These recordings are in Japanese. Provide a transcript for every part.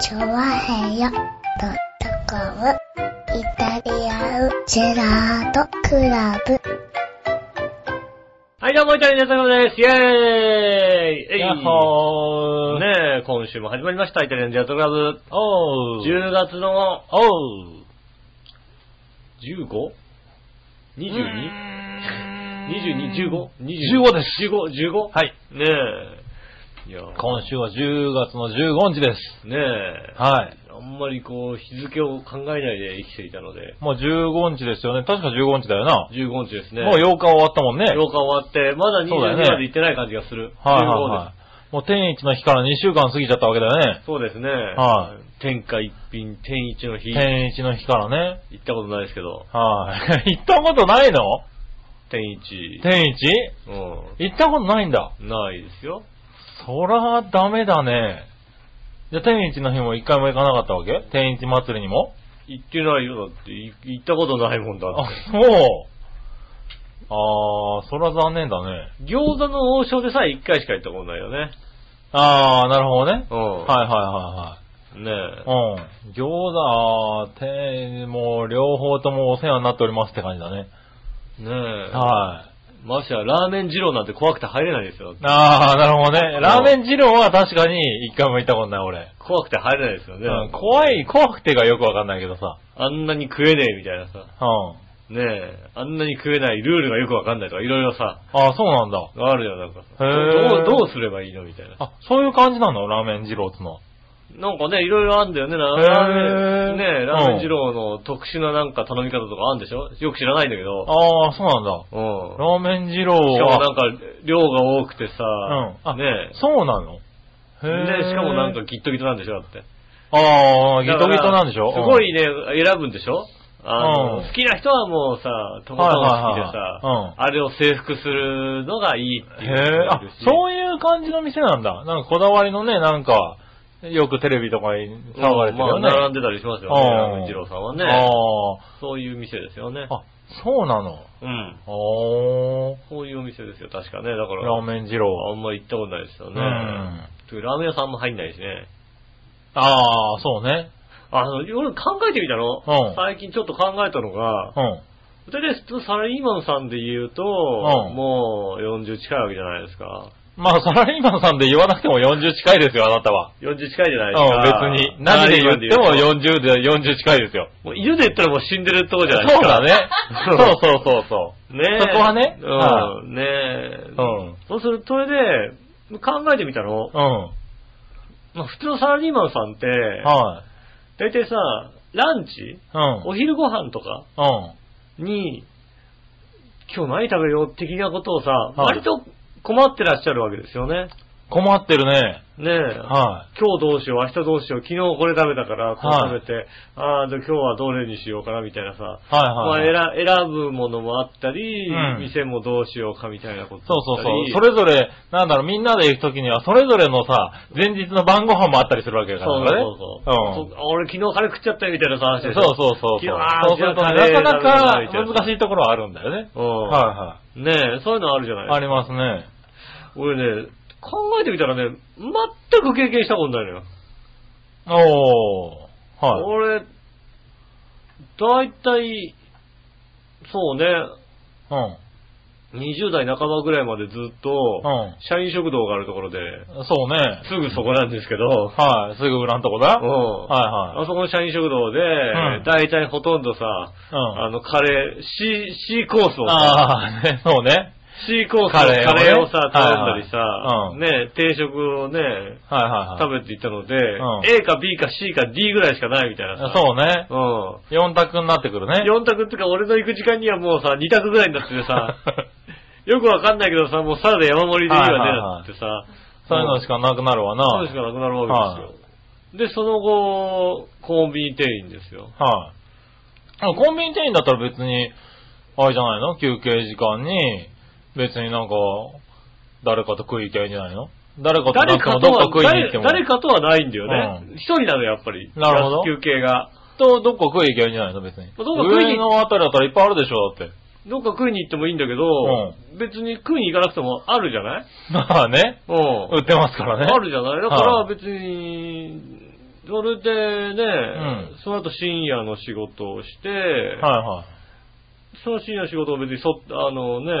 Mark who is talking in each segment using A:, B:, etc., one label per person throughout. A: チョワヘヨドットコムイタリアンジェラートクラブ。
B: はい、どうも、イタリアンジェラートクラブです。イェーイえい
C: やっほー。
B: ねえ、今週も始まりました、イタリアンジェラートクラブ。
C: おう。
B: 10月の、
C: おう。
B: 15?22?22?15?15?15
C: 15です。
B: 15?15?
C: はい。
B: ねえ。いやー
C: 今週は10月の15日です。
B: ねえ。
C: はい。
B: あんまりこう、日付を考えないで生きていたので、
C: もう15日ですよね。確か15日だよな。
B: 15日ですね。
C: もう8日終わったもんね。
B: 8日終わって、まだ
C: そうだよね
B: 22まで行ってない感じがする。
C: はいはい
B: 15です
C: はい。もう天一の日から2週間過ぎちゃったわけだよね。
B: そうですね。。
C: はい
B: 天下一品、天一の日。
C: 天一の日からね。
B: 行ったことないですけど、
C: はい。 行ったことないの
B: 天一。
C: 天一
B: う
C: 行ったことないんだ。
B: ん。ないですよ。
C: そらダメだね。じゃあ天一の日も一回も行かなかったわけ天一祭りにも
B: 行ってないよ、だって。い行ったことないもんだ
C: あ
B: って。、
C: そう。あー、そら残念だね。
B: 餃子の王将でさえ一回しか行ったことないよね。
C: あー、なるほどね。
B: うん。。
C: はいはい
B: ね
C: いはいはい。うん。餃子、あー、て、もう両方ともお世話になっておりますって感じだね。
B: え。ねえ。
C: はい。
B: ましてや、ラーメン二郎なんて怖くて入れないですよ。だって
C: あー、なるほどね。ラーメン二郎は確かに一回も行ったことない俺。
B: 怖くて入れないですよね。
C: うん、怖い、。怖くてがよくわかんないけどさ。
B: あんなに食えねえみたいなさ。
C: うん。
B: ねえ。あんなに食えないルールがよくわかんないとか、いろいろさ、
C: あー、そうなんだ。
B: あるよ、なんかさ。
C: へえ
B: どう、どうすればいいのみたいな。
C: あ、そういう感じなのラーメン二郎ってのは。
B: なんかね、いろいろあんだよね、ラ
C: へ
B: ーメン。
C: ー
B: ねえラーメン二郎の特殊ななんか頼み方とかあるんでしょよく知らないんだけど。
C: あー、そうなんだ。
B: うん。
C: ラーメン二郎
B: しかも
C: は。
B: なんか、量が多くてさ、
C: うん。あ、
B: ね
C: そうなの
B: え。で、しかもなんか
C: へー、
B: ギットギトなんでしょだって。
C: ああ、ギトギトなんでしょ
B: だからすご
C: う
B: い
C: ん
B: ね、選ぶんでしょあの、
C: うん
B: 好きな人はもうさ、とことん好きでさ
C: はいはいはいはいうん、
B: あれを征服するのがいいって
C: へ
B: い
C: え
B: う人もいるし。、
C: あ、そういう感じの店なんだ。なんかこだわりのね、なんか、よくテレビとかに騒がれてるよね。
B: まあ並んでたりしますよね、
C: うん
B: ラーメン二郎さんは
C: あ
B: ね。そういう店ですよね
C: あ。。あ、そうなの。
B: うん。
C: おー。
B: そういうお店ですよ、確かね。だから、
C: ラーメン二郎。
B: あんま行ったことないですよね。
C: うん
B: てかラーメン屋さんも入んないしね。
C: ああ、そうね。
B: あの、俺考えてみたの、
C: うん
B: 最近ちょっと考えたのが、
C: うん。
B: でね、サラリーマンさんで言うと、
C: ん
B: もう40近いわけじゃないですか。
C: まあ、サラリーマンさんで言わなくても40近いですよ、あなたは。
B: 40近いじゃな
C: う
B: いですか。
C: ん、別に。何で言っても
B: 40。
C: 40で40近いですよ。
B: もう家で言ったらもう死んでるとこじゃないです
C: そう
B: か。。
C: だね そうそうそうそう。
B: ねえ
C: そこはね
B: う
C: は
B: ん、ねえ。
C: うん
B: そうすると、それで、考えてみたの、
C: うん。
B: まあ、普通のサラリーマンさんって、
C: はい。
B: 大体さ、ランチ
C: うん。
B: お昼ご飯とか
C: うん。
B: に、今日何食べよう的なことをさ、
C: い
B: 割と困ってらっしゃるわけですよね。
C: 困ってるね。
B: ねえ。
C: は
B: 今日どうしよう、明日どうしよう、昨日これ食べたから、これ食べて、ああ、じゃあ今日はどれにしようかな、みたいなさ。
C: い。はいはいはい。
B: まあ、選選ぶものもあったり、
C: うん
B: 店もどうしようかみたいなこと
C: そう
B: だ
C: そう
B: った
C: そう
B: り。
C: それぞれ、なんだろう、みんなで行くときには、それぞれのさ、前日の晩ご飯もあったりするわけだか
B: そう
C: らね。
B: そうそう。そう俺昨日カレー食っちゃったよみたいな話
C: う
B: で
C: ん。
B: しょ
C: そうそうそうそう。
B: 昨日あー
C: そうすると
B: じゃ
C: ね、
B: あカ
C: な
B: レー
C: かなか
B: 食べるの
C: 難しいところはあるんだよね。
B: うん。
C: は
B: ねえ、そういうのあるじゃない
C: い
B: ですか
C: はい。ありますね。
B: 俺ね、考えてみたらね、全く経験したことないのよ。
C: おー。はい。
B: 俺、だいたい、そうね、
C: うん。
B: 20代半ばぐらいまでずっと、
C: うん
B: 社員食堂があるところで、
C: そうね。
B: すぐそこなんですけど、
C: はい。すぐ裏のとこだ。
B: うん
C: はい
B: あ
C: は
B: そこの社員食堂で、
C: うん
B: だいたいほとんどさ、
C: い。うん。
B: あの、カレー、C、C コースをさ、
C: あー、ねそうね。
B: C コースのカ
C: カレーをね
B: レーをさ、頼んだりさ、
C: はいは
B: ね、定食をね、
C: はいはいはい。
B: 食べていったので、
C: ん
B: A か B か C か D ぐらいしかないみたいなさ。
C: そうね。
B: う。
C: 4択になってくるね。
B: ん。4択ってか、俺の行く時間にはもうさ、2択ぐらいになっててさ、 よくわかんないけどさ、もうサラダ山盛りでいい
C: はいはい
B: わ
C: は
B: ね、
C: い
B: だってさ。
C: そういうのしかなくなるわな。
B: そうしかなくなるわけですよ。で、その後、コンビニ店員ですよ。
C: はい、コンビニ店員だったら別に、あれじゃないの休憩時間に、別になんか、誰かと食い行きゃいいんじゃないの誰かとな
B: 誰
C: くて
B: か
C: も
B: と
C: どっか
B: は、
C: 食いに行っ
B: 誰
C: ても。
B: 誰かとはないんだよね。
C: う
B: 一、人なの、やっぱり。
C: なるほど
B: 休憩が。
C: とどっか食いに行きゃいいんじゃないの別に。
B: どっか食いに
C: 上のあたりだったらいっぱいあるでしょ だって。
B: どっか食いに行ってもいいんだけど、別に食いに行かなくてもあるじゃない
C: まあね、
B: うん。
C: 売ってますからね。
B: あるじゃないだから
C: はい
B: 別に、それでね、
C: うん
B: その後深夜の仕事をして、
C: はいはい。
B: その深夜の仕事を別にそ、あのね、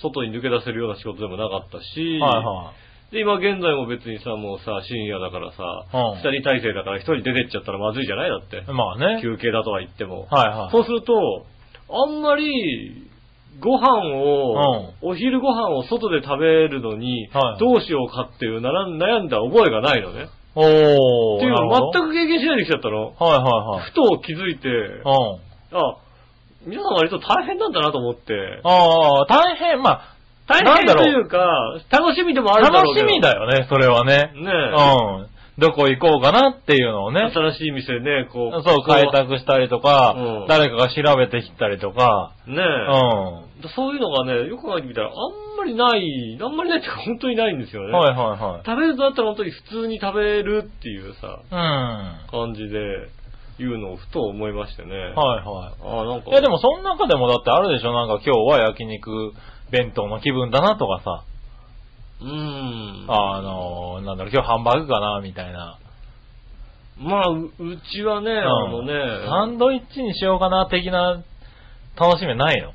B: 外に抜け出せるような仕事でもなかったし、
C: はいはい。
B: で、今現在も別にさ、もうさ、深夜だから
C: うん
B: さ、二、人体制だから一人出てっちゃったらまずいじゃないだって。
C: まあね。
B: 休憩だとは言っても。
C: はいはい。
B: そうすると、あんまり、ご飯を、お昼ご飯を外で食べるのに、
C: はい
B: どうしようかっていうなら悩んだ覚えがないのね。
C: おー。
B: っていうのを全
C: く。
B: く経験しないで来ちゃったの。
C: はいはいはい
B: ふ。と気づいて、
C: うん。
B: あ、皆さん割と大変なんだなと思って、
C: ああ、大変、まあ、
B: 大
C: なん
B: 変
C: だ
B: と
C: ろう
B: いうか、楽しみでもあるだろう
C: 楽
B: け
C: し
B: ど
C: みだよね、それはね。
B: ね
C: うん。どこ行こうかなっていうのをね。
B: 新しい店ね、こう。
C: そう、開拓したりとか
B: うん、
C: 誰かが調べてきたりとか、
B: ね
C: うん。
B: え、
C: は
B: そういうのがね、よく考えてみたら、あんまりない、あんまりないっていうか本当にないんですよ
C: い
B: ね。
C: はいは
B: 食べるとなったら本当に普通に食べるっていうさ、
C: い。うん。は
B: 感じで言うのをふと思いましてね。
C: いは
B: ああ、なんか。
C: い。いやでもその中でもだってあるでしょなんか今日は焼肉弁当の気分だなとかさ、
B: うーん。
C: あのー、なんだろう、今日ハンバーグかなみたいな。
B: まあ、ううちはね、あのね、
C: サンドイッチにしようかな的な楽しみないの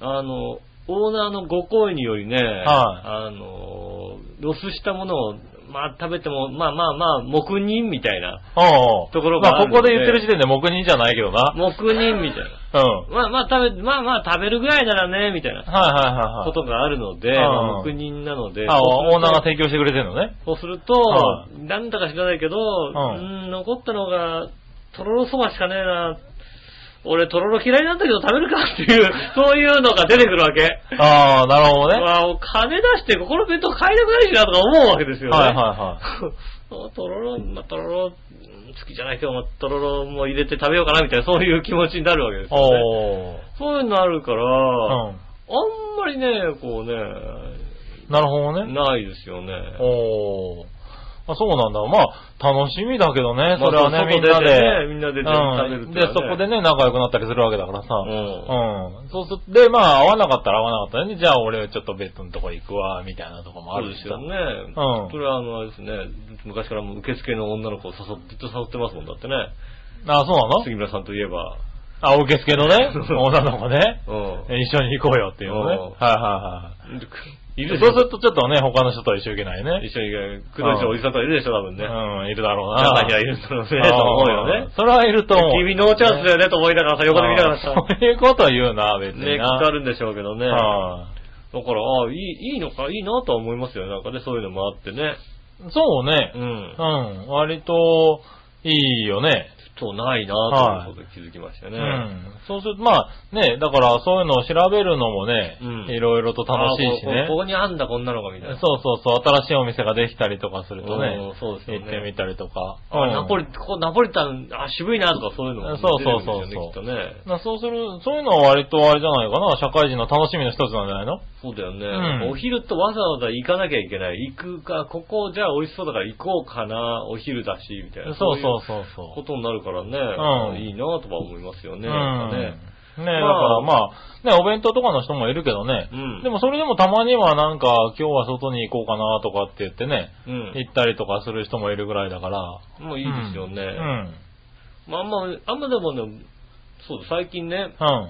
B: あの、オーナーのご好意によりね、あの、ロスしたものを、まあ食べても、まあまあまあ、黙認みたいな。
C: おうおう
B: ところが
C: ま
B: あ
C: あ、
B: る
C: こ
B: ので
C: こで言ってる時点で黙認じゃないけどな。うん。
B: 黙認みたいな。
C: はい
B: まあまあ食べ、まあまあ食べるぐらいならね、みたいな
C: はいはい
B: こ
C: は
B: とがあるので、
C: うん
B: まあ黙認なので、
C: い。あ、おオーナーが
B: が
C: 提供してくれてるのね。
B: そうすると、なんだか知らないけど、うん残ったのが、とろろそばしかねえな。俺、とろろ嫌いなんだけど食べるかっていう、そういうのが出てくるわけ。
C: ああ、なるほどね。は
B: まあ、お金出して、ここの弁当買いたくないしなとか思うわけです
C: い
B: よね。
C: は いは
B: あとろろ、まあ、とろろ、うん好きじゃないけど、まあ、とろろも入れて食べようかなみたいな、そういう気持ちになるわけで
C: い。
B: すよね。
C: おー。
B: そういうのあるから、あん
C: う
B: まりね、こうね、
C: ん。なるほどね。
B: ないですよね。
C: おー。あそうなんだ。まあ、楽しみだけどね。
B: まあ
C: それはね、
B: そう
C: みんなで。
B: みんなでね
C: うん
B: みんなで食べるって
C: で
B: いうのはね、
C: そこでね、仲良くなったりするわけだからさ。
B: ん
C: うん。そうすで、まあ、合わなかったら合わなかったらね。じゃあ、俺、ちょっと別のとこ行くわ、みたいなとこもあ
B: そう
C: る
B: で
C: し
B: す
C: さ
B: よね。。
C: うん
B: それはあの、あれですね、昔からもう受付の女の子を誘って、ずっと誘ってますもんだってね。
C: あ、そうなの
B: 杉村さんといえば。
C: あ、受付のね、女の子ね、
B: うん。
C: 一緒に行こうよっていうのね。
B: うん
C: はいは
B: で
C: い
B: い
C: は
B: るでし
C: い。そうす
B: ょ
C: るとちょっとね、他の人とは一緒行けないね。
B: 一緒に、くどい人おじさんとかいるでしょ、多分ね。
C: うん、いるだろうな。
B: 中にはいるんだろうね、と思うよ
C: うん
B: ね。
C: それはいると思う。
B: 君ノーチャンスだよね、と思いながらさ、横で見ながらさ、
C: うんそういうこと言うな、別
B: ね、
C: に
B: かか
C: な。
B: るんでしょうけどね。
C: う
B: だから、
C: ん
B: ああ、いい、いいのか、いいなとは思いますよね。なんかね、そういうのもあってね。
C: そうね
B: う。ん
C: う。ん、割と、いいよね。
B: そう、ないなということで気づきました
C: う
B: ね。
C: ん。そうすると、まあ、ね、だからそういうのを調べるのもね
B: うん、
C: いろいろと楽しい
B: ああこ
C: し
B: こ
C: ね
B: こ。こにあんだ、こんなのが、みたいな。
C: そうそうそう、新しいお店ができたりとかするとね
B: うん、そうですよね
C: 行ってみたりとか。
B: あ
C: うん
B: ナポリ、ここナポリタン、あ、渋いなとかそういうのも
C: そうそうそうそう
B: 出てくるんですよね、きっとね。
C: なそうする、そういうのは割とあれじゃないかな、社会人の楽しみの一つなんじゃないの
B: そうだよね、
C: うん
B: お昼とわざわざ行かなきゃいけない。行くか、ここじゃあ美味しそうだから行こうかな、お昼だし、みたいな。
C: そうそう
B: い
C: そう
B: こ
C: そ
B: とになるからね、
C: うん
B: いいなとは思いますよ
C: う。
B: ね。
C: う
B: なん
C: ん。
B: か
C: ね
B: ね
C: え、だか
B: あ
C: らまあ、ね、お弁当とかの人もいるけどね、
B: うん
C: でもそれでもたまにはなんか、今日は外に行こうかなとかって言ってね、
B: うん。
C: 行ったりとかする人もいるぐらいだから。
B: もういいですよね。
C: うん。うん。
B: まああんま、あんまでもね、そうだ、最近ね、
C: うん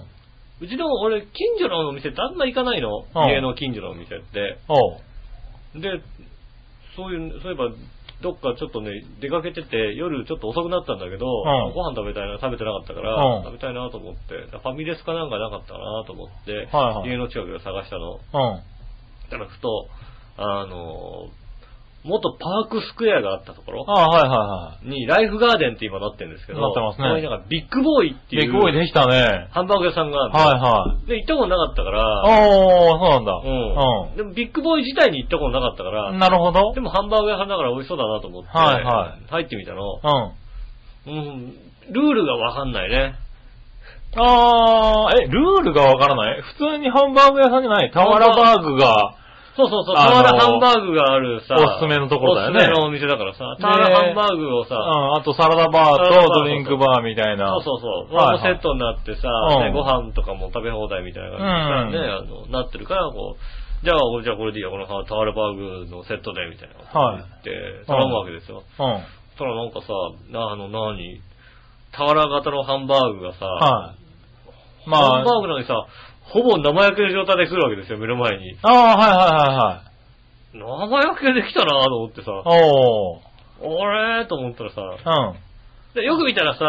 B: うちの俺、近所のお店ってあんま行かないの、
C: うん
B: 家の近所のお店って。
C: おう。
B: で、そういう、そういえば、どっかちょっとね、出かけてて、夜ちょっと遅くなったんだけど、
C: ん
B: ご飯食べたいな、食べてなかったから、
C: うん
B: 食べたいなと思って、ファミレスかなんかなかったかなと思って、
C: はいはい
B: 家の近くで探したの。
C: うん。
B: だからふと、あの、元パークスクエアがあったとこ
C: あ
B: ろ
C: あ、はいはいは
B: に、ライフガーデンって今なってるんですけど、
C: なってますね
B: ここになんかビッグボーイっ
C: い。
B: てい
C: ビ
B: う、
C: ッグボーイできたね。
B: ハンバーグ屋さんがあるの
C: はいはい。
B: で、行ったことなかったから、
C: おー、そ
B: うん。で
C: うなんだ。
B: もビッグボーイ自体に行ったことなかったから、
C: うん。なるほど。
B: で
C: うん。
B: もハンバーグ屋さんだから美味しそうだなと思って、
C: はいは
B: 入ってみたの。
C: あ
B: うん、ルールがわかんないね。
C: あー、え、ルールがわからない普通にハンバーグ屋さんじゃないタワラバーグが、
B: そうそうそう、
C: あの
B: タワラハンバーグがあるさ、
C: おすすめのところだよね
B: おすすめのお店だからさ、タワラハンバーグを
C: う
B: さ、
C: ん、あとサラダバ
B: サラダバー
C: ーとドリンクバーみたいな。
B: そうそうそう、
C: はいはい
B: セットになってさ、
C: う
B: ね
C: ん
B: ご飯とかも食べ放題みたいな感じでさ、ね、あの、なってるから、こう、じゃあ、じゃあこれでいいよ、このタワラバーグのセットで、みたいなこと言って、
C: はい
B: 頼むわけですよ。
C: うん。
B: たらなんかさ、なあの、何俵型のハンバーグがさ、
C: はい。ま
B: ハンバ
C: あ、
B: ーグなのにさ、ほぼ生焼けの状態で来るわけですよ、目の前に。
C: ああ
B: 生焼けできたなと思ってさ、
C: ー、はいはいはいはい。おー。
B: 俺と思ったらさ、
C: うん。
B: でよく見たらさ、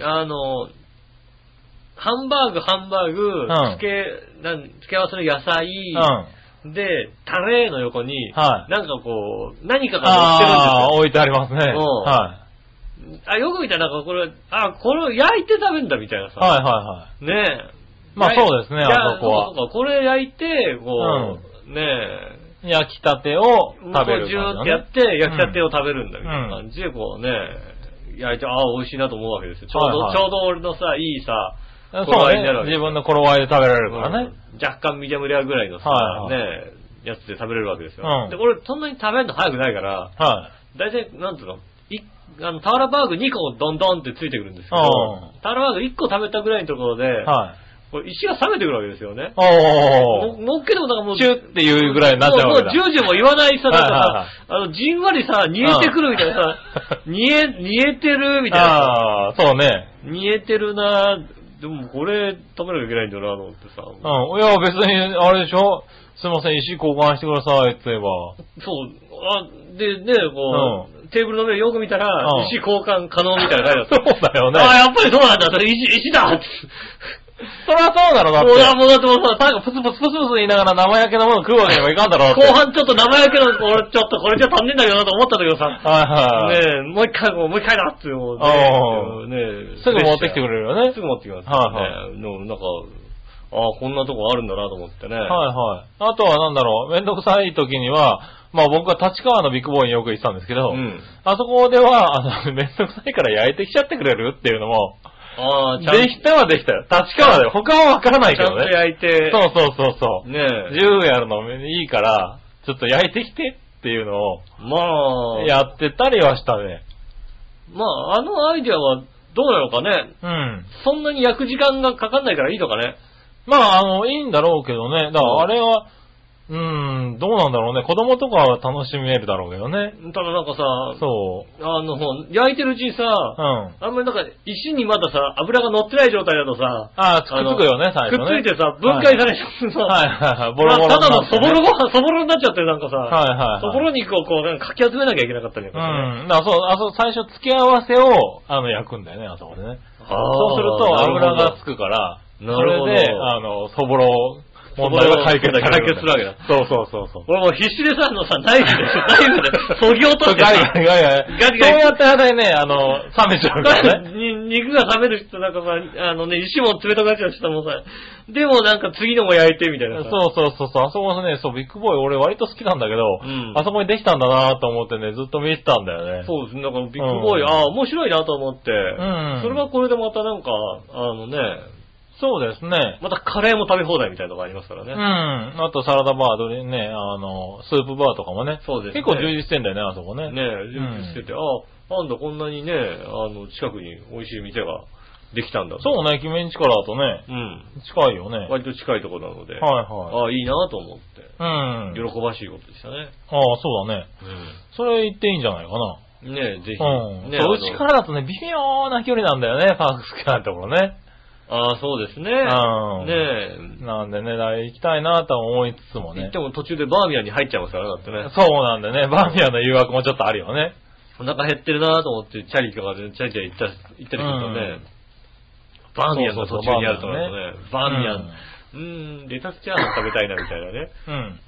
B: あの、ハンバーグ、ハンバーグ、
C: ん
B: 付け、なん、付け合わせの野菜
C: うん。、はい。
B: で、タレの横に、
C: はい
B: なんかこう、何かが
C: ああー、
B: 乗ってるん
C: 置いてありますね。はい。
B: うん
C: は
B: ですよ。あよく見たらなんかこれ、あ、これを焼いて食べるんだみたいなさ。
C: いはいはい。
B: ねえ。
C: まあそうですね
B: いや
C: あそこは
B: そうかこれ焼いて、こう、ねえ、
C: 焼きたてを
B: こう
C: 食べる
B: ジュー
C: 感
B: って
C: じだ
B: や
C: ね。
B: って、焼きたてを食べるんだみたいな
C: うん
B: 感じで、こうね、焼いて、ああ、美味しいなと思うわけですよ。ちょうど、
C: はいはい
B: ちょうど俺のさ、いいさ、
C: そう
B: 頃合いになるわ
C: ね。
B: け
C: 自分の頃合いで食べられるから
B: う
C: ね。
B: ん若干ミディアムレアぐらいのさ、
C: はい
B: ね、やつで食べれるわけですよ。
C: うん
B: で、俺、そんなに食べるの早くないから、
C: は
B: 大体、なんていうの、いあの、タワラバーグ2個どんどんってついてくるんですけど
C: う、
B: タワラバーグ1個食べたぐらいのところで、
C: い。はい。
B: これ石が冷めてくるわけですよね。
C: お
B: ののっけてもなんかもう、
C: チュッていうぐらいになっちゃうわけだ
B: ももうジュージューも言わないさ、なん
C: はいはいは
B: か
C: い
B: さ、あの、じんわりさ、煮えてくるみたいなさ、煮え、煮えてるみ
C: ー。
B: たいなさ、
C: ああー、そうね。
B: 煮えてるなでもこれ食べなきゃいけないんだなと思ってさ、
C: うん。いや、別に、あれでしょすいません、石交換してくださいって言えば。
B: そう、あ、で、ね、こう、テーブルの上よく見たら
C: うん、
B: 石交換可能みたいな書いてあった。
C: そうだよね。
B: あ、やっぱりそうなんだ、それ石、石だって。
C: そりゃそうだろ、だっ
B: もうだ、
C: て。
B: もうだってもうさ、最後プツプツプツ
C: そう言いながら生焼けのもの食うわけにはいかんだろ、だって
B: 後半ちょっと生焼けの、俺ちょっとこれじゃ足んねえんだけどなと思ったんだけどさ、
C: はいはい。
B: ねえ、もう一回、もう一回だって思う
C: あ
B: ね。ねえ
C: すぐ持ってきてくれるよね
B: す。ぐ持ってきます、ね。。
C: はい
B: の、なんか、ああ、こんなとこあるんだなと思ってね。
C: はいはい。あとはなんだろう、めんどくさい時には、まあ僕は立川のビッグボーイによく行ってたんですけど、
B: うん。
C: あそこでは、あの、めん どくさいから焼いてきちゃってくれるっていうのも、
B: ああ、
C: で
B: ちゃんと、
C: きたはできたよ。立川で。他はわからない
B: ち
C: け
B: ゃ
C: ど
B: んと
C: ね。
B: 焼いて、
C: そうそうそうそう。
B: ねえ。
C: 10やるのいいから、ちょっと焼いてきてっていうの
B: まあ、
C: を、やってたりはしたね。
B: まあ、あのアイディアはどうなのかね。
C: うん。
B: そんなに焼く時間がかかんないからいいのかね。
C: まあ、あの、いいんだろうけどね。だから、あれは、うん、どうなんだろうね。子供とかは楽しめるだろうけどね。
B: ただなんかさ、
C: そ
B: あの、焼いてるうちにさ、
C: う。うん。
B: あんまりなんか石にまださ、油が乗ってない状態だとさ、
C: ああ、くっつくよね、
B: あの
C: 最初ね。
B: くっついてさ、分解されちゃうさ、
C: はいはいはい。ボ
B: まあ
C: ロボロ
B: た
C: にな
B: だ
C: っ
B: の
C: て
B: そぼ
C: ね
B: ろご飯、そぼろになっちゃってなんかさ、
C: はいはい
B: そ
C: はい。
B: ぼろ肉をこうなんかかき集めなきゃいけなかったりとかさね。
C: うん。だからそう、あ、そう、最初付け合わせを、あの、焼くんだよね、あそこでね。そうすると、油がつ
B: く。
C: くから、そ
B: なるほど
C: れで、あの、そぼろ、問題が解
B: そ
C: 決
B: ぼろ解決するわけだ。
C: そうそうそうそう。
B: 俺もう必死でさ、あのさ、ナイフで、ナイフで、そぎ落として
C: ガリ
B: さ
C: ガ、リガリガリ
B: ガリガリ
C: そうやってあれね、あの、冷めちゃうか らね。
B: に肉が冷める人なんかさ、あのね、石も冷たくなっちゃう人もさ、でもなんか次のも焼いてみたい
C: そ
B: なさ。
C: うそうそうそう、あそこのね、そう、ビッグボーイ俺割と好きなんだけど、
B: うん
C: あそこにできたんだなと思ってね、ずっと見てたんだよね。
B: そうですね。だからビッグボーイ、
C: うん
B: ああ、面白いなと思って、
C: ん
B: それはこれでまたなんか、あのね、
C: そうですね。
B: またカレーも食べ放題みたいなのがありますからね。
C: うん。あとサラダバー、どれね、あの、スープバーとかもね。
B: そうですね
C: 結構充実してんだよね、あそこね。
B: ねえ、充実してて、あ、なんだこんなにね、あの、近くに美味しい店ができたんだと
C: そうね、君んちからだとね、
B: うん。
C: 近いよね。はい
B: 割と近いところなので、
C: は
B: あいいなと思って、
C: い。うん。あ
B: 喜ばしいことでしたね。
C: あ、そうだね。それ言っていいんじゃないかな。
B: ねえ、ぜひ。
C: うん。
B: ねえ
C: そううちからだとね、微妙な距離なんだよね、パークスカーのところね。
B: あのあ、そうですね。
C: うん
B: ね
C: なんでね、だから行きたいなとは思いつつも
B: え、行
C: ね
B: って。も途中でバーミヤンに入っちゃいますからねだってね。
C: そうなんだよね、バーミヤンの誘惑もちょっとあるよね。
B: お腹減ってるなと思って、チャリとかでチャリチャリ行った行ったりするとね、バーミヤンの途中にあるとなるとね、バーミヤン、うーん、レタスチャーハン食べたいなみたいなね。
C: うん。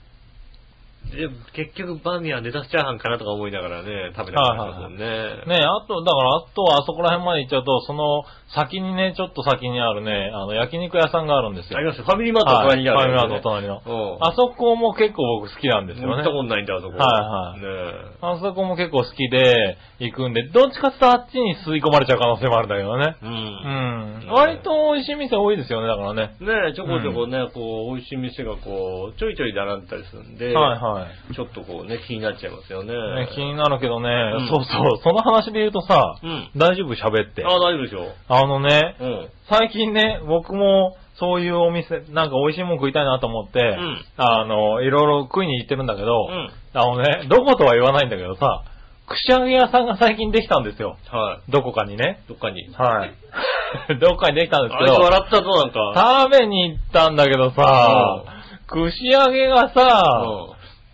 B: で、結局バーミヤンレタスチャーハンかなとか思いながらね、食べたかったですもんね。
C: ねあと、だから、あとはあそこら辺まで行っちゃうと、その先にね、ちょっと先にあるね、あの、焼肉屋さんがあるんですよ。
B: ありますよファミリーマートの隣にある、
C: はいファミリーマートの隣の
B: うん。
C: あそこも結構僕好きなんですよ
B: 行
C: ね
B: った。ことないんだ、あそこ。
C: はいはい
B: ね
C: あそこも結構好きで行くんで、どっちかっていうとあっちに吸い込まれちゃう可能性もあるんだけどね。
B: え。う。
C: うんん。割と美味しい店多いですよね、だからね。
B: ねえ、ちょこちょこね、こう、美味しい店がこう、ちょいちょい並んでたりするんで、
C: はいはい。
B: ちょっとこうね、気になっちゃいますよね。
C: ね、気になるけどね、
B: ん
C: そうそう、その話で言うとさ、
B: うん。
C: 大丈夫喋って
B: あ、。大丈夫でしょう。
C: あのね、
B: うん。
C: 最近ね、僕もそういうお店、なんか美味しいもん食いたいなと思って、
B: ん
C: あの、いろいろ食いに行ってるんだけど、
B: うん。
C: あのね、どことは言わないんだけどさ、くしゃみ屋さんが最近できたんですよ。
B: は
C: どこかにね。
B: い。どっかに。
C: はい。どこかにできたんです
B: あ
C: け
B: いつ
C: ど、
B: 笑ったぞ、なんか。
C: 食べに行ったんだけどさ、串揚げがさ、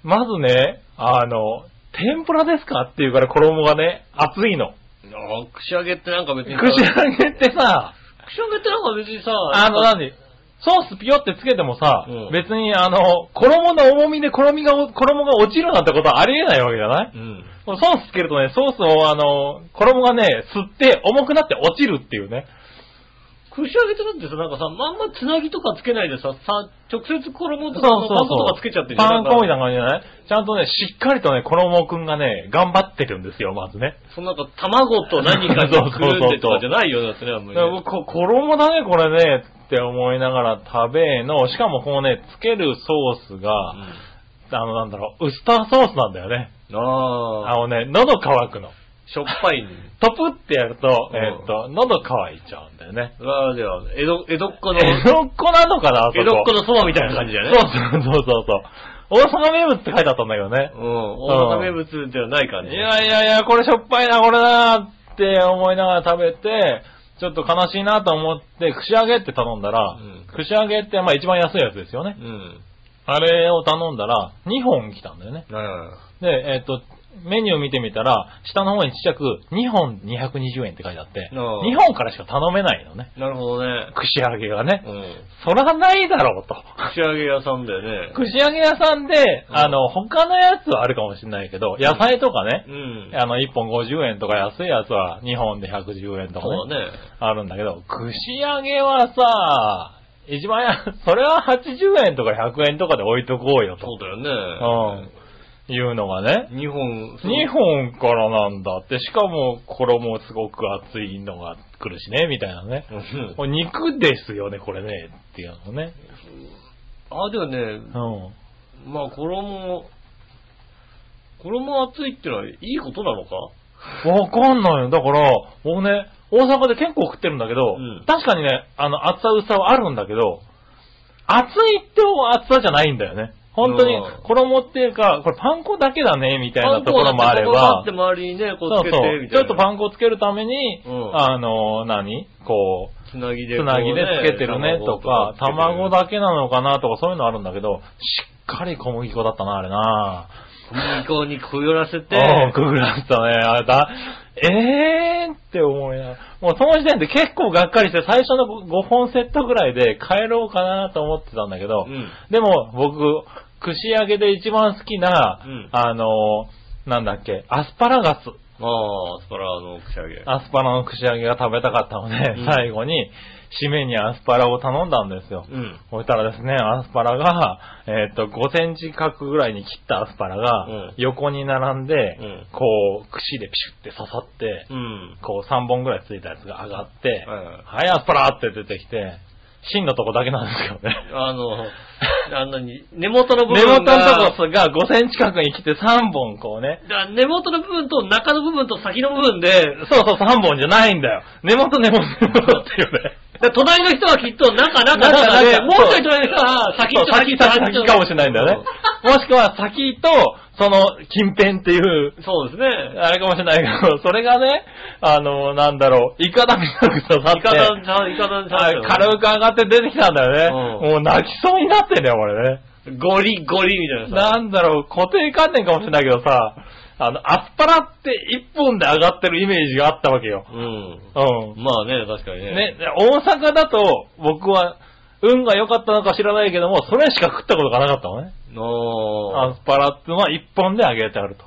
C: まずね、あの、天ぷらですかっていうから衣がね、熱いの。
B: うん。あー串揚げってなんか別に。
C: 串
B: 串揚
C: 揚げってさ、
B: げってなんか別にさ、
C: あの、何ソースピヨってつけてもさ、
B: うん
C: 別にあの、衣の重みで衣が、衣が落ちるなんてことはありえないわけじゃない
B: うん。
C: ソースつけるとね、ソースをあの、衣がね、吸って重くなって落ちるっていうね。
B: 串揚げってだってさ、なんかさ、まんまつなぎとかつけないでさ、さ、直接衣
C: そ
B: とか
C: うそう
B: パン粉
C: そ
B: と
C: う。
B: かつけちゃってんじゃん
C: パン粉みたいな
B: なんか
C: 感じじゃないちゃんとね、しっかりとね、衣くんがね、頑張ってるんですよ、まずね。
B: そのなんか卵と何かにくるんでとかじゃないよ、だってね、あんまりね。
C: だからこ衣だね、これね、って思いながら食べの、しかもこのね、つけるソースが、あの、なんだろう、ウスターソースなんだよね。
B: うんあ
C: あ
B: あ、
C: のね、喉乾くの。
B: しょっぱいね。
C: トプってやると、
B: うん
C: えっと、喉乾いちゃうんだよね。
B: ああ、では、江戸、江戸っ子の、
C: 江戸っ子なのかなあそこ
B: 江戸っ子のそばみたいな感じだよね。
C: そうそうそうそうそう。大阪名物って書いてあったんだけどね。
B: うん。大阪名物ではない感じ。
C: いやいやいや、これしょっぱいな、これなって思いながら食べて、ちょっと悲しいなと思って、串揚げって頼んだら、
B: うん
C: 串揚げってまあ一番安いやつですよね。
B: うん。
C: あれを頼んだら、2本来たんだよね。
B: あ
C: で、えっ、と、メニュー見てみたら、下の方にちっちゃく、2本220円って書いてあって、
B: あ
C: 2
B: ー
C: 本からしか頼めないのね。
B: あなるほどね。
C: 串揚げがね。
B: うん。
C: そらないだろうと。
B: 串揚げ屋さんだよね。
C: 串揚げ屋さんで、
B: うん
C: あの、他のやつはあるかもしれないけど、野菜とかね
B: う、ん。
C: あの、1本50円とか安いやつは2本で110円と
B: そ
C: か
B: う
C: ね、
B: だね。
C: あるんだけど、串揚げはさ、一番や、 それは80円とか100円とかで置いとこうよ
B: そう
C: と、
B: だよね。
C: いうのがね、
B: うん。日本、
C: 2本からなんだって、しかも衣すごく熱いのが来るしね、みたいなね。
B: うん
C: お肉ですよね、これね、っていうのね。
B: ああ、でもね、
C: うん。
B: まあ衣、衣熱いってのはいいことなのか
C: わかんないよ。だから、僕ね、大阪で結構食ってるんだけど、
B: うん
C: 確かにね、あの、厚さ薄さはあるんだけど、厚いって厚さじゃないんだよね。本当に
B: うん、
C: 衣っていうか、これパン粉だけだね、みたいなところもあれ
B: パン
C: ば
B: 粉だってパン粉だって、周りにね、こ
C: そう
B: うつ
C: そ
B: け
C: う
B: て、み、
C: ち
B: たいな。
C: ょっとパン粉をつけるために、
B: うん
C: あの、何こう、
B: つなぎでこ
C: つ
B: うね、
C: なぎでつけてるねとか、卵
B: だ。
C: だけなのかなとかそういうのあるんだけど、しっかり小麦粉だったな、あれな。
B: 小麦粉にくぐらせて、
C: うん、くぐらせたね。あれだ、えーって思いながら。もうその時点で結構がっかりして、最初の5本セットぐらいで帰ろうかなと思ってたんだけど、
B: うん
C: でも僕、串揚げで一番好きな、
B: うん
C: あの、なんだっけ、アスパラガス。
B: ああ、スパラの串揚げ。
C: アスパラの串揚げが食べたかったので、
B: うん
C: 最後に、締めにアスパラを頼んだんですよ。
B: うん。
C: そしたらですね、アスパラが、えーっと、5センチ角ぐらいに切ったアスパラ
B: う
C: が
B: ん、
C: 横に並んで、
B: うん
C: こう、串でピシュって刺さって、
B: うん。
C: こう3本ぐらいついたやつが上がって、
B: はい
C: はい、アスパラって出てきて、芯のとこだけなんですけど ね。
B: あの、あのに、根元の部
C: 根元
B: 分が、
C: のとこが5センチ角に切って3本こうね、
B: だから根元の部分と中の部分と先の部分で、
C: そうそう3本じゃないんだよ。根元根元根元っていうね。
B: で隣の人はきっと中、中、
C: なんか
B: 中
C: ね
B: で、もう一人隣の人は先
C: そ
B: っ
C: う
B: ちょ、
C: 先、
B: っちょ
C: 先、
B: っちょ
C: 先かもしれないんだよね。もしくは先と、その近辺っていう、
B: うんそうですね。
C: あれかもしれないけど、それがね、あの、なんだろう、イカダみたいなのが
B: いかだん
C: 刺
B: ちゃん、いかだんちゃ
C: さ
B: ん
C: って、あ軽く上がって出てきたんだよ
B: うん
C: ね。もう泣きそうになってんだよ、これね。
B: ゴリゴリみたいなさ。
C: なんだろう、固定観念かもしれないけどさ、あの、アスパラって一本で上がってるイメージがあったわけよ。
B: うん。
C: う
B: まあね、確かに
C: ん。
B: ね。
C: ね、大阪だと、僕は、運が良かったのか知らないけども、それしか食ったことがなかったのね。
B: の
C: アスパラっていうのは一本で揚げてあると。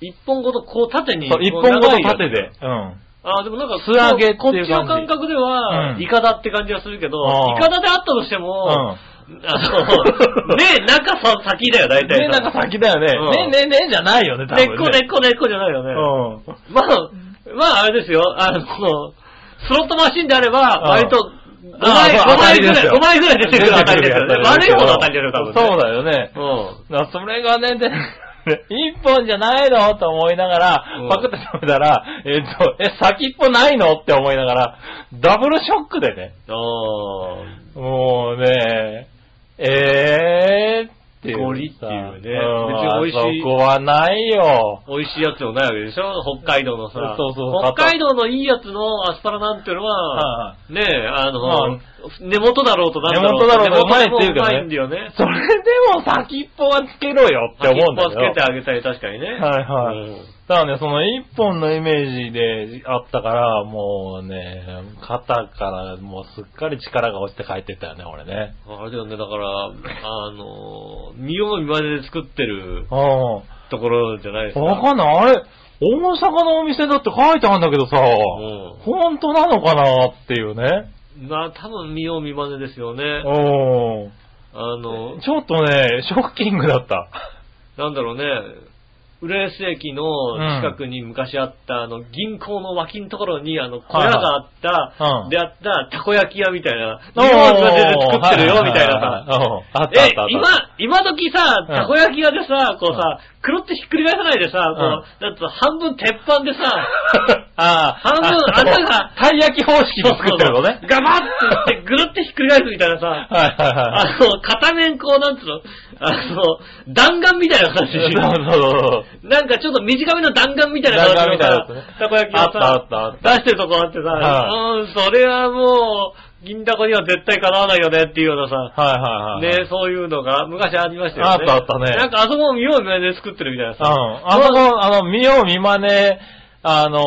B: 一本ごとこう縦に。
C: そう、一
B: こう
C: 本ごと
B: 長いやつ
C: 縦で。。うん。
B: ああ、でもなんか、
C: 素揚げっていう
B: こ
C: 感
B: っ
C: じ
B: ちの感覚では、
C: うん
B: イカダって感じがするけど、
C: あー
B: イカダであったとしても、 あの、ねえ、中さ、先だよ、大体。
C: ね、なんか先だよね。
B: うん
C: ね、ね、ね、じゃないよね、多分、ね。
B: 根っこ根っこ根っこじゃないよね。
C: うん。
B: まあ、まああれですよ、あの、スロットマシンであれば、
C: うん
B: 割と、5枚、
C: あ
B: 5
C: あ
B: 枚ぐ
C: 当たりで
B: ら
C: す
B: い、
C: よ
B: 5枚ぐらい出てくる当たりですよね。悪い方の当たりだよ、多分、ね。
C: そうだよね。だからそれがね、で、一本じゃないのと思いなが
B: う
C: ら
B: ん、
C: パクって食べたら、えっと、え、先っぽないのって思いながら、ダブルショックでね、
B: うん。ああ。
C: もうね、えーっっていう。
B: ゴリっていうね
C: 別
B: 別に美味しい
C: そこはないよ。
B: 美味しいやつでもないわけでしょ北海道のさ。
C: そうそうそう
B: 北海道のいいやつのアスパラなんていうのは、
C: はい
B: ねえ、あの、
C: まあ
B: 根元だろうとなんだろうと。
C: 根元だろうとうまいって言
B: 根元もう
C: うけどね
B: まいんだよね。
C: それでも先っぽはつけろよって思うんだよ。
B: 先っぽつけてあげたり確かにね。
C: はいはい
B: うん
C: ただね、その一本のイメージであったから、もうね、肩からもうすっかり力が落ちて帰ってったよね、俺ね。
B: あれだよね、だから、あの、見よう見まねで作ってる
C: う
B: ところじゃないですか。
C: ん。わかんない。あれ、大阪のお店だって書いてあるんだけどさ、
B: う
C: 本当なのかなっていうね。
B: ん。まあ、多分見よう見まねですよね。
C: うん。
B: あの、
C: ちょっとね、ショッキングだ った。
B: なんだろうね、浦安駅の近くに昔あった、あの、銀行の脇のところに、あの、小屋があった、
C: うん
B: であった、たこ焼き屋みたいな、日本が出て作ってるよ、みたいなさ。
C: さ。うんあったあ
B: え
C: ったあっ、
B: 今、今時さ、
C: うん
B: たこ焼き屋でさ、こう
C: う
B: さ、くるってひっくり返さないでさ、こう、だって半分鉄板でさ、
C: た。 ああ、
B: 半分あ なたが
C: たい焼き方式で作ってるのね。
B: ガバッていって、ぐるってひっくり返すみたいなさ、
C: はいはいはい。
B: あの、片面こう、なんつうの、あの、弾丸みたいな感じ。
C: そうそうそう。
B: なんかちょっと短めの弾丸みたいな
C: 弾
B: 形の
C: 丸みたいなや
B: さ
C: つね、
B: たこ焼きをさ、
C: あったあった
B: 出してるとこあってさ、
C: は
B: うん、それはもう、銀だこには絶対かなわないよねっていうようなさ、
C: はいはいはい。
B: ね、そういうのが昔ありましたよね。
C: あったあったね
B: なんかあそこを見よう見まねで作ってるみたいな
C: うん。
B: さ、
C: あのあの、見よう見まね、あの、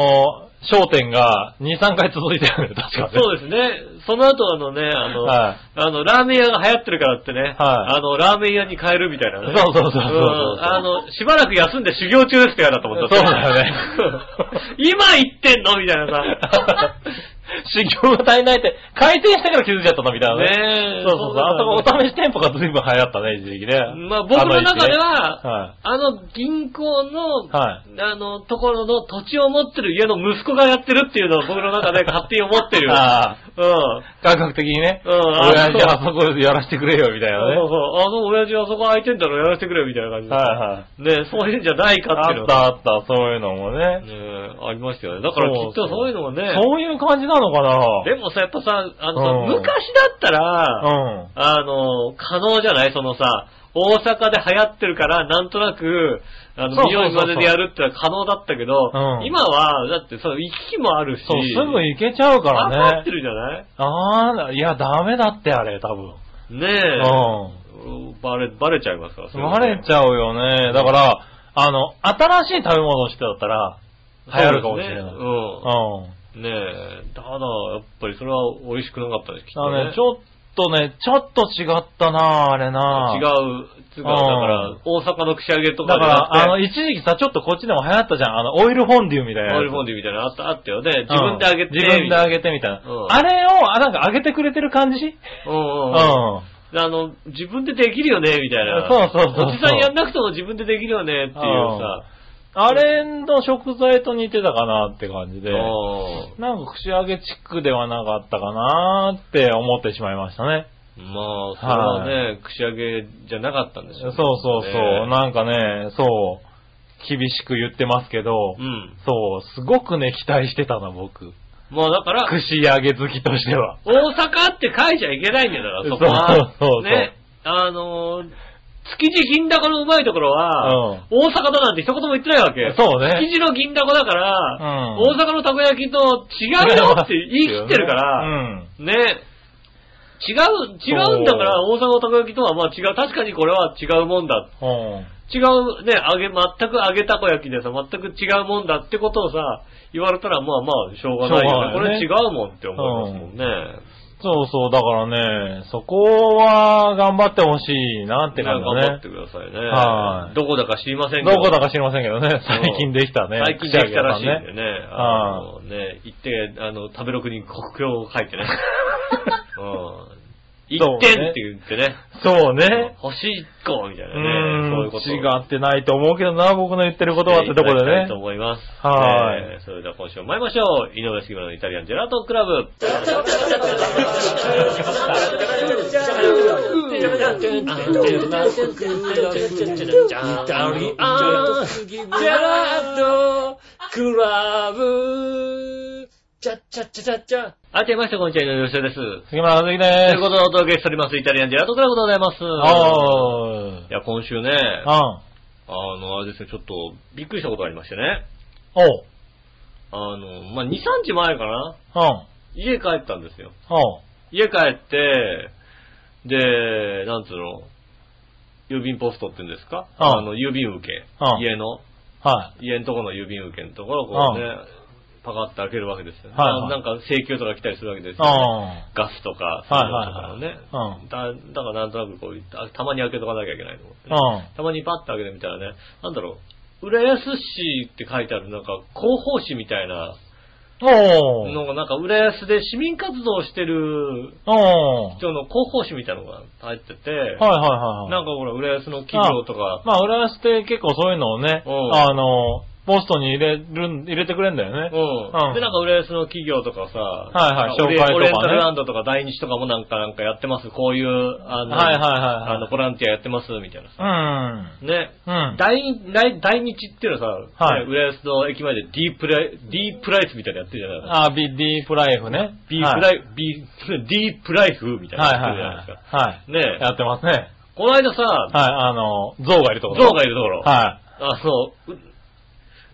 C: 焦点が2、3回続いてるね、確かね。
B: そうですね。その後あのね、あの、
C: はい
B: あの、ラーメン屋が流行ってるからってね、あの、ラーメン屋に変えるみたいなね。
C: そうそうそうそうそう
B: うんあの、しばらく休んで修行中ですってやだと思った。
C: そうだよね
B: 今行ってんのみたいなさ。
C: 修行が足りないって、回転してから気づいちゃったのみたいなね。
B: ねえ
C: そうそうそう。あ
B: そう
C: そこお試し店舗が随分流行ったね、一時期ね。
B: まあ僕の中では、
C: は
B: あの銀行の、
C: は。
B: あのところの土地を持ってる家の息子がやってるっていうのを僕の中で勝手に思ってる
C: ああ
B: うん。そう
C: 感覚的にね、
B: うん
C: 親父
B: あ
C: あそこやらせてくれよ、みたい
B: そう
C: なね。
B: あの親父はそこ空いてんだろやらせてくれみたいな感じで。
C: は
B: ねそういうんじゃないかっていうの
C: あった
B: が
C: あった、そういうのもね。
B: ねありましたよね。だからきっとそういうのもね。
C: そういう感じなのかな
B: でもさ、やっぱさ、あのさ、
C: うん
B: 昔だったら、
C: うん。
B: あの、可能じゃないそのさ、大阪で流行ってるから、なんとなく、あ
C: そ
B: の、
C: うそうそう
B: 美容院まででやるってのは可能だったけど、
C: うん
B: 今は、だってその行き来もあるし、
C: そう、すぐ行けちゃうか
B: 分からって
C: ね。
B: るじゃない
C: ああ、いや、ダメだって、あれ、多分。
B: ね
C: う
B: え、バレ、バレちゃいますから、
C: ん。バレ
B: ゃ
C: ちゃうよね。だから、あの、新しい食べ物をしてだったら、流行るかもしれな
B: うで
C: い。うん。
B: すねうん。ねえ、ただ、やっぱりそれは美味しくなかったです、きっ
C: だ
B: と
C: から
B: ね。
C: ね、ちょっとね、ちょっと違ったな、あれな。
B: 違。う、違う、だから、
C: うん
B: 大阪の串揚げと
C: だか
B: かじゃなく
C: ら、
B: て
C: あの、一時期さ、ちょっとこっちでも流行ったじゃん。あの、オイルフォンデュみたいなやつ。
B: オイルフォンデュみたいなのあったあったよね。自分で揚げて。
C: うん自分で揚げてみたいな
B: うん。
C: あれを、あ、なんか揚げてくれてる感じ
B: うんうん
C: う。
B: うんん。
C: は
B: あの、自分でできるよね、みたいな。
C: そうそうそうそう
B: おじさんやんなくても自分でできるよね、っていうさ。
C: あれの食材と似てたかなって感じで、
B: う
C: なんか串揚げチックではなかったかなって思ってしまいましたね。
B: んまあ、それはね、串揚げじゃなかったんでし
C: そ
B: ょ
C: うそう
B: ね
C: そう、なんかね、そう、厳しく言ってますけど、
B: うん。
C: そう、すごくね、期待してたの、僕。
B: まあだから、
C: 串揚げ好きとしては。
B: 大阪って書いちゃいけないんだから、そこ
C: そうそうそうそ
B: は。
C: う
B: ね。あのー、築地銀だこのうまいところは、
C: うん
B: 大阪だなんて一言も言ってないわけ。
C: そうね
B: 築地の銀だこだから、
C: うん
B: 大阪のたこ焼きと違うよって言い切ってるから、
C: うん。
B: ね。違う、違うんだから、大阪のたこ焼きとはまあ違う。確かにこれは違うもんだ。
C: うん。
B: 違うね、揚げ、全く揚げたこ焼きでさ、全く違うもんだってことをさ、言われたらまあまあ、しょうがないよね。
C: し
B: こ
C: ょうがな
B: れ
C: い
B: 違
C: ね
B: うもんって思いますもんね。
C: そうそう、だからね、そこは頑張ってほしいなって
B: みんな
C: 感じ
B: 頑張
C: だ
B: っ
C: ね
B: て。くださいね。
C: はい
B: どこだか知りませんけ
C: ど
B: ど。
C: こだか知りませんけどね、最近できたね。
B: 最近できたらしいん
C: 串揚げ屋さ
B: で
C: ん
B: ね。あの
C: は
B: ね、行って、あの、食べログに国境を書 いてね。うん。1点って言ってね。
C: そうね。
B: 欲しい1個みたいな
C: う
B: ね。そうい
C: ん
B: うことを
C: 違ってないと思うけどな、僕の言ってることはってとこ
B: で
C: で
B: ね。
C: ね
B: と。思います。
C: はい
B: ねえそれでは今週も参りましょう。井上杉村のイタリアンジェラートクラブ。
D: ジェラートクラブ
B: ちゃっちゃっちゃっちゃっちゃ。あけましてこんにちは、井上芳雄です。
C: 杉村和樹
B: と
C: で
B: いうことでお届けしております、イタリアンジェラートクラブでございます。
C: す。おー
B: いや、今週ね、
C: う
B: あ
C: ん。
B: の、あれですね、ちょっと、びっくりしたことがありましてね。
C: おう。
B: あの、まあ、2、3日前かな
C: うん。
B: 家帰ったんですよ。
C: おう。
B: 家帰って、で、なんつうの、郵便ポストって言うんですか
C: ああ
B: の、郵便受け
C: ああ。
B: 家の、
C: は
B: 家のとこの郵便受けのところをこうね、パカッと開けるわけですよ、
C: はいはい
B: ななんか請求とか来たりするわけです
C: い。う
B: よ、
C: ん。
B: ガスとか、
C: はいはいはい
B: そういうのとかのね、だ。だからなんとなくこう、たたまに開けとかなきゃいけないと思ってね、
C: うん。
B: たまにパッと開けてみたらね、なんだろう、浦安市って書いてあるなんか広報誌みたいな
C: おう。
B: のがなんか浦安で市民活動をしてる
C: おう。
B: 人の広報誌みたいなのが入ってて、
C: はいはいはいは。
B: ないんかほら、浦安の企業とか、
C: まあ、浦安って結構そういうのをね、
B: うん
C: あの、ポストに入れるん、入れてくれんだよ
B: う
C: ね。うん
B: ん。で、なんか浦安の企業とかさ、
C: はいはい
B: なんオレ
C: 紹介とかね
B: オレンタルランドとか大日とかもなんかなんかやってます、こういう、あの、
C: はいはいはいはい
B: あの、ボランティアやってます、みたいな
C: う
B: さ。
C: ん。
B: ね。
C: うん。
B: 大日大大日っていうのはさ、
C: はい
B: ね浦安の駅前で D プライ、D プライスみたいなのやってるじゃないですか。
C: あ、ビ、D プライフね。
B: B プラ
C: イ
B: イ、B、D プライフみたいな
C: はい
B: のや
C: は
B: ってる
C: い
B: じゃ
C: は
B: ない
C: い
B: ですか。。
C: はい。
B: ねえ
C: やってますね。
B: この間さ、
C: はい、あの、象がいるところ。
B: 象がいるところ、
C: は
B: あの、う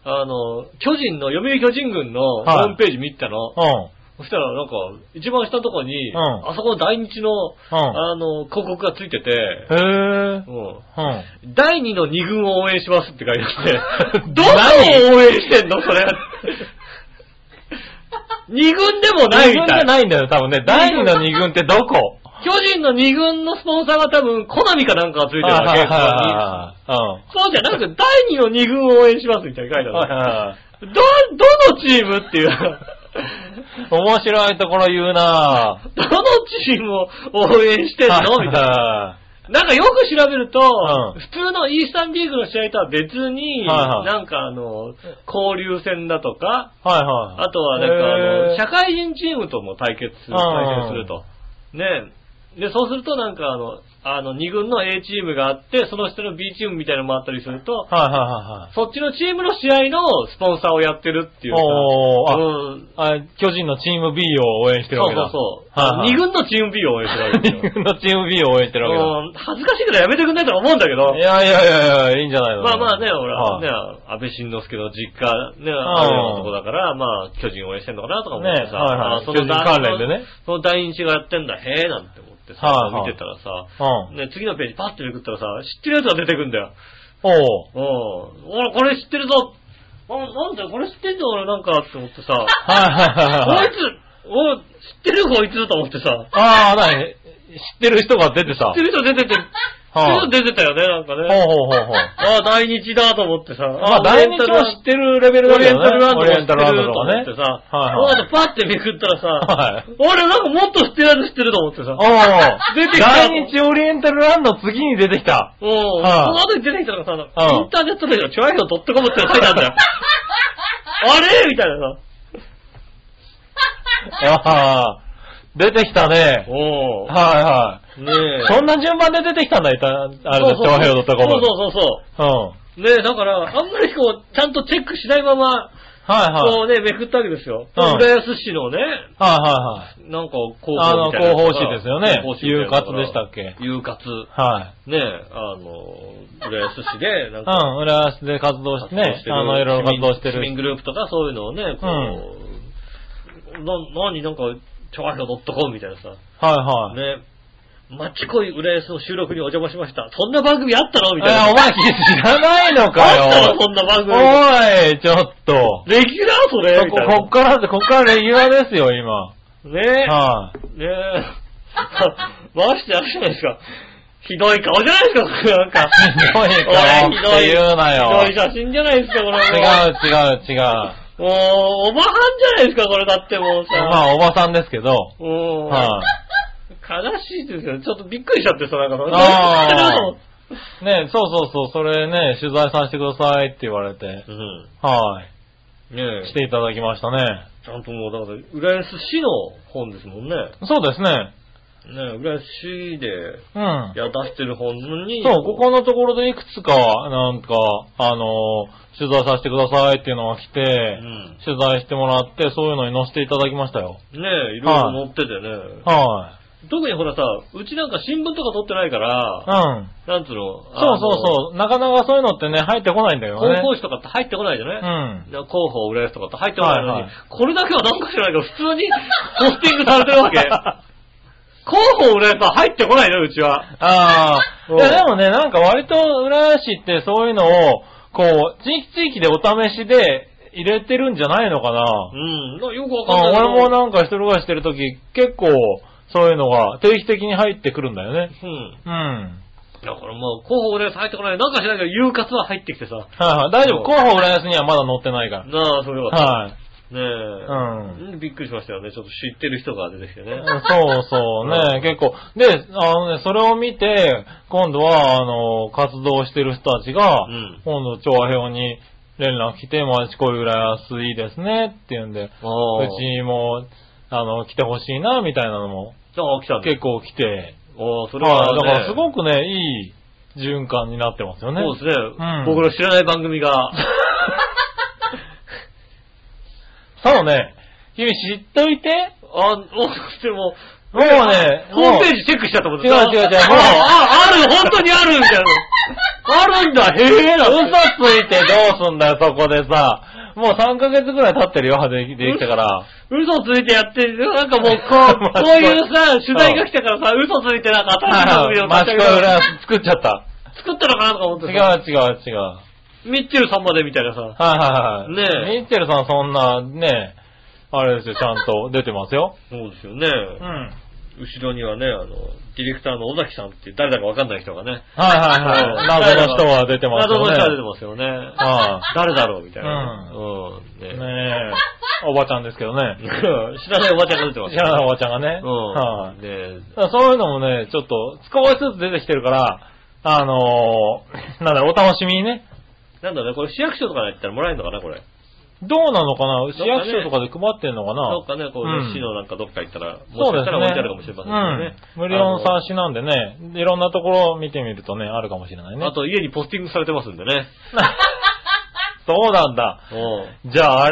B: あの、巨人の、読売巨人軍のホ
C: はい
B: ームページ見たの、
C: い。うん。
B: そしたらなんか、一番下のとこに、
C: うん
B: あそこの大日の、
C: ん
B: あの、広告がついてて、
C: へぇー。
B: うん
C: うん。
B: 第2の2軍を応援しますって書いてあ って、どこを応援してんのそれ。2軍でもないみ
C: 二軍じ
B: た
C: ゃ
B: い。
C: ないんだよ、多分ね。第二の二軍ってどこ
B: 巨人の2軍のスポンサーが多分、コナミかなんかがついてる
C: はい
B: わ
C: はい
B: け。
C: はいはい
B: そうじゃなくて、第2の2軍を応援しますみたいに書いて
C: うん。
B: あ
C: は
B: る
C: い。は
B: ど、どのチームっていう。
C: いはい。面白いところ言うなぁ。
B: どのチームを応援してんのみたいな。
C: な。
B: なんかよく調べると、
C: うん
B: 普通のイースタンリーグの試合とは別に、
C: はいはい
B: なんかあの、交流戦だとか、
C: はいはい。
B: あとはなんかあの、
C: へー
B: 社会人チームとも対決する、
C: うん
B: 対戦すると。ねで、そうするとなんかあの、あの、2軍の A チームがあって、その下の B チームみたいなのもあったりすると、
C: はいは
B: そっちのチームの試合のスポンサーをやってるってい
C: いうはいは
B: さうん、
C: い。おー、あ、巨人のチーム B を応援してる
B: そ
C: わ
B: う
C: け
B: そう
C: だ。
B: そう。
C: はいはい
B: 2軍のチーム B を応援してるわけですよ。
C: 二軍のチーム B を応援してるわ
B: うん恥ずかしいからやめてくんないとは思うんだけど
C: けだ。い。やいやいやいや、いいんじゃないの
B: まあまあね、ほら、
C: は
B: ね、
C: い
B: 安倍晋之助の実家、ね、あるようなとこだから、まあ、巨人応援してんのかなとか思ってさ、
C: ね
B: あ
C: はいはい
B: その
C: 巨人関連でね
B: その第一がやってんだ、へえ、なんて思ってさ、
C: はいはい
B: 見てたらさ、
C: うん。
B: ね、次のページパッてめくったらさ、知ってるやつが出てくんだよ。
C: おー。
B: うん。俺、これ知ってるぞ。あ、なんだよ、これ知ってんの俺なんかって思ってさ、
C: はいはいはい
B: こ
C: はい
B: い。つ、お、知ってるこいつと思ってさ、
C: ああ、なに、知ってる人が出て
B: 知
C: さ
B: って。る人出てて、知ってる人出てたよね、なんか
C: ほう
B: ね。
C: ほうほうほう。
B: ああ、大日だと思ってさ。
C: まあ、大日は知ってるレベルだ
B: オ
C: け
B: リエン
C: ど
B: タルラン
C: ね。
B: ド
C: オ
B: も知
C: リ
B: って
C: エ
B: ると
C: ンタルランドと
B: 思
C: か
B: って
C: ね。
B: さ、
C: はいはい
B: パッてめくったらさ、
C: はい
B: 俺なんかもっと知ってるやつ知ってると思ってさ、
C: おお
B: 出てきた
C: 大日オリエンタルランド次に出てきた。
B: うん、そ
C: はい
B: の後に出てきたのがさ、
C: うん
B: インターネットでチョアヘオ .com って書いてあるんだ よ。あれみたいなさ、
C: ああ、出てきたね。
B: お
C: はいは
B: ーねえ。
C: い。そんな順番で出てきたんだ、いた、あ
B: そ
C: れ
B: う
C: で、
B: そう
C: 長平をドットコ
B: そう
C: ム。
B: そうそうそう。
C: うん。はい
B: ねえ、だから、あんまりこう、ちゃんとチェックしないまま、
C: はい。
B: こうね、めくったわけですよ。
C: うん
B: 浦安市のね、
C: はいはい
B: なんか、広報
C: あの
B: みたいなやつが
C: 広報誌ですよね
B: 広報誌みたいなのが
C: 有活でしたっけ
B: 有活。
C: はい。はい。
B: ねえ、あの、浦安市で、なん
C: う
B: か、
C: ん、浦安で活動してね、あの、いろいろ活動して
B: 市民
C: る。
B: グループとかそういうのをね、こう、な、なになんか、ちょわひょ .com みたいなさ、
C: はいはい。
B: ね、マッチコイ浦安の収録にお邪魔しました。そんな番組あったのみたい
C: え
B: な。
C: お前知らないのか
B: あったの
C: よ。
B: そんな番組。
C: おい、ちょっと。
B: レギュラーそれ
C: こ
B: み
C: こ
B: たい
C: こっから、こっからレギュラーですよ、今。
B: な。ね
C: はい。
B: え、ねえ、 回してやるじゃないですか。ひどい顔じゃないですか、これなんか。
C: ひどい顔
B: おいひどい
C: って言うなよ
B: ひどい写真じゃないですか、これ。
C: 違う、違う、違う。
B: もう、おばはんじゃないですか、これだってもうさ。
C: まあ、おばさんですけど。
B: もう、
C: は
B: 悲しいですよ。ちょっとびっくりしちゃってさ、なんかそれ。知
C: あー
B: ってるの
C: い。ねそうそうそう、それね、取材させてくださいって言わ れて。はい。
B: ねえ
C: していただきましたね。
B: ちゃんともう、だから、浦安市の本ですもんね。
C: そうですね。
B: ね、浦安市で、
C: うん
B: い。や、出してる本に、
C: そう、ここのところでいくつか、なんか、あの、取材させてくださいっていうのが来て、
B: うん。
C: 取材してもらって、そういうのに載せていただきましたよ。
B: ねいろいろ載っててね。
C: は
B: 特にほらさ、うちなんか新聞とか撮ってないか
C: い。
B: ら
C: う、ん。
B: なんつうの、
C: そうそうそう。なかなかそういうのってね、入ってこないんだよ
B: あ
C: ね
B: の。広報誌とかって入ってこないじゃない、
C: うん。
B: 広報、浦安とかって入ってこないのに、
C: はいはい
B: これだけはなんか知らないけど、普通にポスティングされてるわけ。広報、浦安は入ってこないのよ、うちは。
C: ああ。
B: うん
C: いやでもね、なんか割と浦安市ってそういうのを、こう、地域地域でお試しで入れてるんじゃないのかな
B: う。ん、だからよくわかん
C: あ
B: ないけど。
C: 俺もなんか一人暮らししてるとき、結構そういうのが定期的に入ってくるんだよね。
B: うん。
C: うん。
B: だからもう、広報、浦安入ってこない。なんか知らないけど、誘活は入ってきてさ。
C: はいはい。大丈
B: うん
C: 夫。候補浦安にはまだ載ってないか
B: なあ、それ
C: ら。
B: は。
C: はい。
B: ねえ。
C: う
B: うん。びっくりしましたよね。ちょっと知ってる人が出てきてね。
C: そうそうね、結構。で、あのね、それを見て、今度は、あの、活動してる人たちが、
B: うん
C: 今度、調和表に連絡来て、町恋浦安いいですね、って言うんで、う
B: ああ。
C: ちも、あの、来てほしいな、みたいなのも、
B: ああ、来たね。
C: 結構来て、
B: ああ、それ
C: は
B: は、
C: い、
B: ね。
C: だからすごくね、いい循環になってますよね。
B: そうですね。
C: ん
B: 僕の知らない番組 が。
C: そうね、君知っといて、
B: あ、お、でも、
C: もうね
B: ホームページチェックしたと思って
C: 違う違う違う
B: ああ、ある、本当にあるみたいな。あるんだ、へえな。
C: 嘘ついてどうすんだよ、そこでさ。もう3ヶ月ぐらい経ってるよ、できできたから。
B: 嘘ついてやって、なんかもう、こ
C: ま
B: う、
C: あ
B: こういうさ、取材が来たからさ、嘘ついてなんか新しい番組を
C: マ
B: 立
C: チ
B: ち
C: コ
B: 上
C: イ
B: げ
C: 浦
B: た
C: 安作っちゃった。
B: 作ったのかなとか思って
C: 違う
B: さ、
C: 違う違う。は
B: ミッチェルさんまでみたいなさ
C: い。はいはい。
B: ねえ
C: ミッチェルさんそんな、ねあれですよ、ちゃんと出てますよ。
B: そうですよね。
C: うん。はい
B: 後ろにはね、あの、ディレクターの尾崎さんっていう誰だかわかんない人がね、
C: はい はい。謎の人は出てます
B: 謎
C: よ
B: の
C: ね。
B: 人は出てますよね。
C: は
B: 誰だろうみたいな。
C: う
B: うん。ね
C: ねえ、おばちゃんですけどね。
B: 知らないおばちゃんが出てます
C: 知らないおばちゃんがね。
B: う
C: は
B: ん。
C: い
B: で、
C: だからそういうのもね、ちょっと少しずつ出てきてるから、あのー、なんだろう、お楽しみにね。
B: なんだね、これ市役所とかに行ったらもらえるのかな、これ。
C: どうなのかな市役所とかで配ってんのか
B: そう
C: な
B: かね、こう
C: う
B: ね、
C: ん
B: 市のなんかどっか行ったら、も
C: そ
B: し
C: う
B: かし
C: です
B: たら
C: ね。
B: 置いてあるかもしれませんけどね。
C: うん無料の
B: あ
C: 冊子なんでね、いろんなところを見てみるとね、あるかもしれないね。
B: のあと家にポスティングされてますんでね。
C: そうなんだ。
B: うん。
C: じゃああれ